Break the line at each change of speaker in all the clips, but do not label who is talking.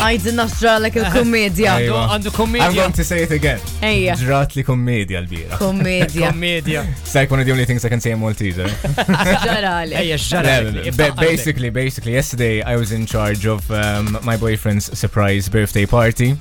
Għajdin ġralek il-kommedja.
Ejwa.
Għandu
I'm
kommedja.
going to say it again.
Ejja.
Ġrat li kommedja l-bira.
Kommedja.
Kommedja.
It's like one of the only things I can say in Maltese. eh?
Ġralek.
Ejja, xġara.
Yeah, but- but basically, basically, yesterday I was in charge of um, my boyfriend's surprise birthday party.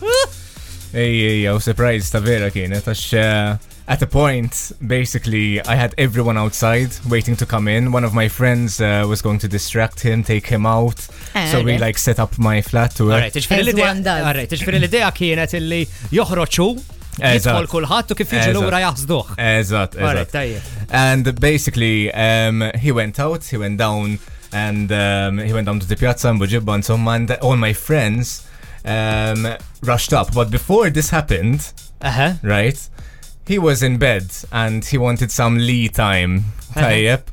Ej, ej, ej, surprise ta' vera kienet, għax uh, at a point, basically, I had everyone outside waiting to come in. One of my friends uh, was going to distract him, take him out.
Eh,
so we
okay.
like set up my flat to
Alright, iġfiri
As
l-idea.
one does.
Alright, iġfiri l-idea kienet illi joħroċu,
Eżatt.
jitħol kulħadd u kif jiġi
Eżatt.
l-ura jaħsduħ.
Eżat,
Alright,
eżat.
tajjeb.
And basically, um, he went out, he went down, and um, he went down to the piazza in Bujibba and so on, and all my friends um, rushed up. But before this happened,
Aha.
right, he was in bed and he wanted some lee time. Tayyip.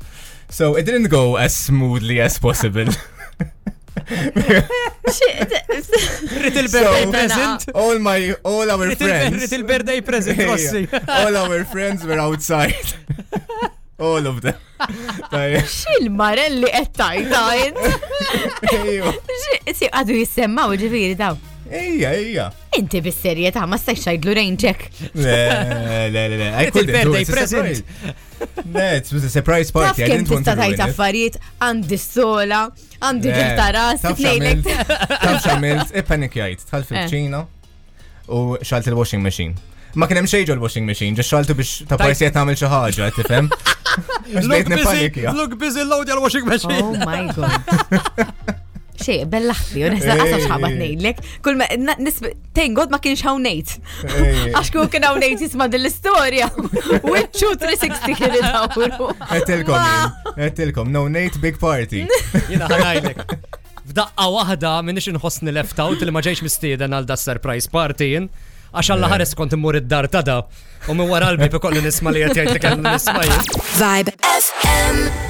So it didn't go as smoothly as possible.
Rrit
So-
il-birthday present.
all my, all our
Rrit il- rrit
friends,
il-birthday present,
Yeah.
Rossi.
all our friends were outside. all of them. Tayyip.
Xil-marelli għettajta jint.
Ejja,
Si għadu jissemmaw ġifiri daw.
ejja, ejja.
Inti bis-serjetà ma stajx tgħidlu rejnċek.
Le, le, le, le. I
It's
couldn't
his
do
birthday
it. It's a
present.
surprise. No, it was a Eh, surprise
Taf
party. I
kemm
didn't want to
tista'
ruin
tajt
it.
affarijiet għandi s-sola, għandi
Le,
ġiħta ras,
Eh, taf
tnejlek.
x'għamilt? Taf e xamilt, ippanikjajt,
Eh.
tħalt fil-ċina u xalt il-washing machine. Ma kien hemm xejn ġol washing machine, ġi xaltu biex ta'
Tajt.
parsi qed nagħmel xi ħaġa, tifhem? Għax
Look
bdejt
busy,
nippanikja.
look busy, load għal-washing machine.
Oh my god. Xej, bellaħli, u nesa
Ej.
għasab xħabat nejlek. Kull ma, na- nisb, tengod ma kienx hawnejt.
Ej.
Għax kun kien hawnejt jisma dill-istoria. Witchu 360 kien id-dawru.
Għettilkom,
Ma-
jien, għettilkom, no Nate big party.
Jina ħanajlek. F'daqqa waħda minnix inħossni left out li ma ġejx mistieden għal da surprise party jien. Għax għalla ħares kont immur id-dar tada. U minn wara qalbi bi kollu nisma li jgħid jgħid li kellu nisma jien.
Vibe FM.